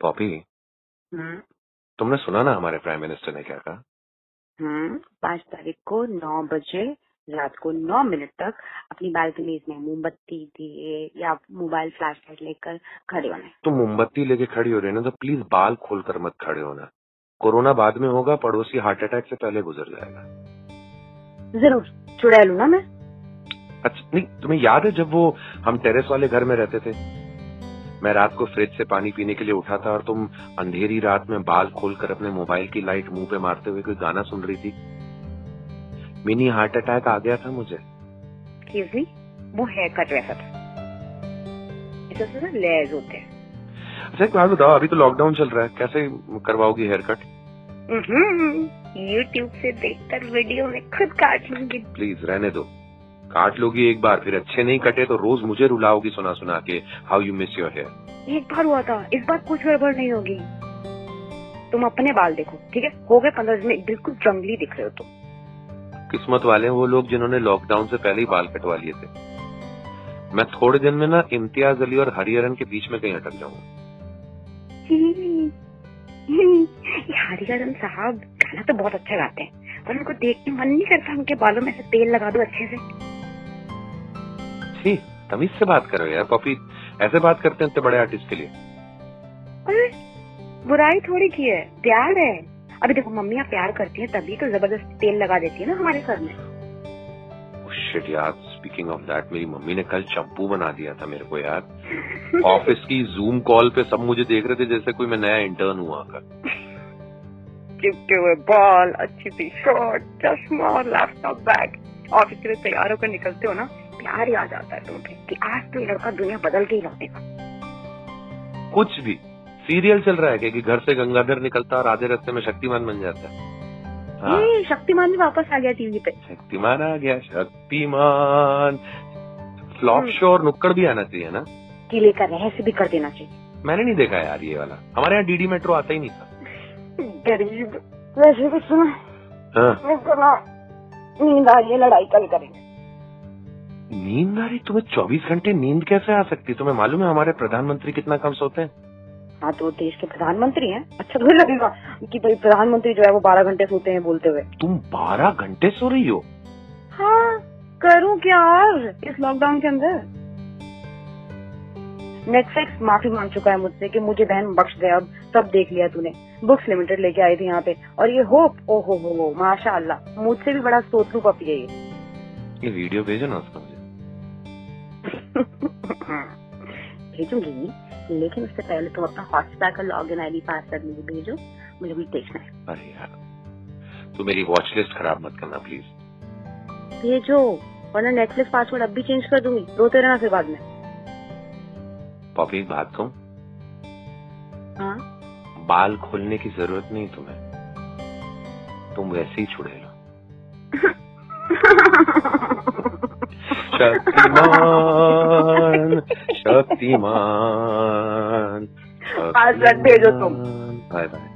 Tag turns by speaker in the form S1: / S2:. S1: Poppy
S2: हम्म
S1: तुमने सुना ना हमारे प्राइम मिनिस्टर ने क्या कहा
S2: हम्म पाँच तारीख को नौ बजे रात को नौ मिनट तक अपनी बालकनीज में मोमबत्ती दिए या मोबाइल फ्लैश लाइट लेकर खड़े होना है
S1: तुम मोमबत्ती लेके खड़ी हो रही हो ना तो प्लीज बाल खोल कर मत खड़े होना कोरोना बाद में होगा पड़ोसी हार्ट अटैक से पहले गुजर जाएगा
S2: जरूर चुड़ैल हूँ ना मैं
S1: अच्छा नहीं तुम्हें याद है जब वो हम टेरेस वाले घर में रहते थे मैं रात को फ्रिज से पानी पीने के लिए उठा था और तुम अंधेरी रात में बाल खोलकर अपने मोबाइल की लाइट मुंह पे मारते हुए कोई गाना सुन रही थी मिनी हार्ट अटैक आ गया था मुझे
S2: एक्सक्यूज मी वो हेयर कट वैसा था इसमें से ना लेयर्स होते हैं
S1: अच्छा एक बात बताओ अभी तो लॉकडाउन चल रहा है कैसे करवाओगी हेयर कट
S2: यूट्यूब हम्म, से देखकर वीडियो में खुद काट लूंगी
S1: प्लीज रहने दो काट लोगी एक बार फिर अच्छे नहीं कटे तो रोज मुझे रुलाओगी सुना सुना के how you miss your hair
S2: एक बार हुआ था इस बार कुछ गड़बड़ नहीं होगी तुम अपने बाल देखो ठीक है हो गए पंद्रह दिन में बिल्कुल जंगली दिख रहे हो तुम
S1: किस्मत वाले हैं वो लोग जिन्होंने लॉकडाउन से पहले ही बाल कटवा लिए थे मैं थोड़े दिन में ना इम्तियाज अली और हरिहरन के बीच में कहीं अटक जाऊंगा
S2: हम्म। ये हरिहरन साहब गाना तो बहुत अच्छा गाते हैं पर उनको देख के मन नहीं करता उनके बालों में से तेल लगा दो अच्छे से
S1: छी तमीज से बात करो यार पॉपी ऐसे बात करते हैं इतने बड़े आर्टिस्ट के लिए
S2: अरे बुराई थोड़ी की है प्यार है अभी देखो मम्मियाँ प्यार करती हैं तभी तो जबरदस्त तेल लगा देती है ना हमारे सर में
S1: Oh shit यार स्पीकिंग ऑफ दैट मेरी मम्मी ने कल चंपू बना दिया था मेरे को यार ऑफिस की जूम कॉल पे सब मुझे देख रहे थे जैसे कोई मैं नया इंटर्न हुआ का
S2: चिपके हुए बॉल अच्छी सी शॉर्ट चश्मा और लैपटॉप बैग ऑफिस के लिए तैयार होकर निकलते हो ना प्यार याद आता है तुम्हें कि आज तो ये लड़का दुनिया बदल के ही लौटेगा
S1: कुछ भी सीरियल चल रहा है क्या कि घर से गंगाधर निकलता और आधे रास्ते में शक्तिमान बन जाता है हाँ
S2: ये शक्तिमान भी वापस आ गया टीवी पे
S1: शक्तिमान आ गया शक्तिमान फ्लॉप
S2: हम्म।
S1: शो और नुक्कड़ भी आना चाहिए ना
S2: किले का रहस्य भी कर देना चाहिए
S1: मैंने नहीं देखा यार ये वाला हमारे यहाँ डीडी मेट्रो आता ही नहीं था
S2: गरीब वैसे भी सुना
S1: हाँ,
S2: मेरे को ना नींद आ रही है लड़ाई कल करेंगे
S1: नींद आ रही तुम्हें चौबीस घंटे नींद कैसे आ सकती तुम्हें मालूम है हमारे प्रधानमंत्री कितना कम सोते हैं
S2: हाँ तो देश के प्रधानमंत्री हैं अच्छा थोड़ी लगेगा कि भाई प्रधानमंत्री जो है वो बारह घंटे सोते हैं बोलते हुए
S1: तुम बारह घंटे सो रही हो
S2: हाँ करूँ क्या और इस लॉकडाउन के अंदर नेटफ्लिक्स माफी मांग चुका है मुझसे कि मुझे बहन बख्श दे अब सब देख लिया तूने बुक्स लिमिटेड लेके आई थी यहाँ पे और ये होप ओ हो हो हो माशा अल्लाह मुझसे भी बड़ा सोतलू पपी है ये
S1: ये वीडियो भेजो ना उसका मुझे
S2: भेजूंगी लेकिन उससे पहले तुम अपना हॉटस्टार का log in I D password मुझे भेजो मुझे भी देखना है
S1: अरे यार तू मेरी वॉच लिस्ट खराब मत करना प्लीज
S2: भेजो वरना नेटफ्लिक्स पासवर्ड अब भी चेंज कर दूंगी रोते रहना फिर बाद में
S1: पॉपी एक बात कहूँ
S2: हाँ
S1: बाल खोलने की जरूरत नहीं तुम्हें तुम वैसे ही छुड़े लो शक्तिमान शक्तिमान
S2: आज रात भेजो तुम।
S1: Bye bye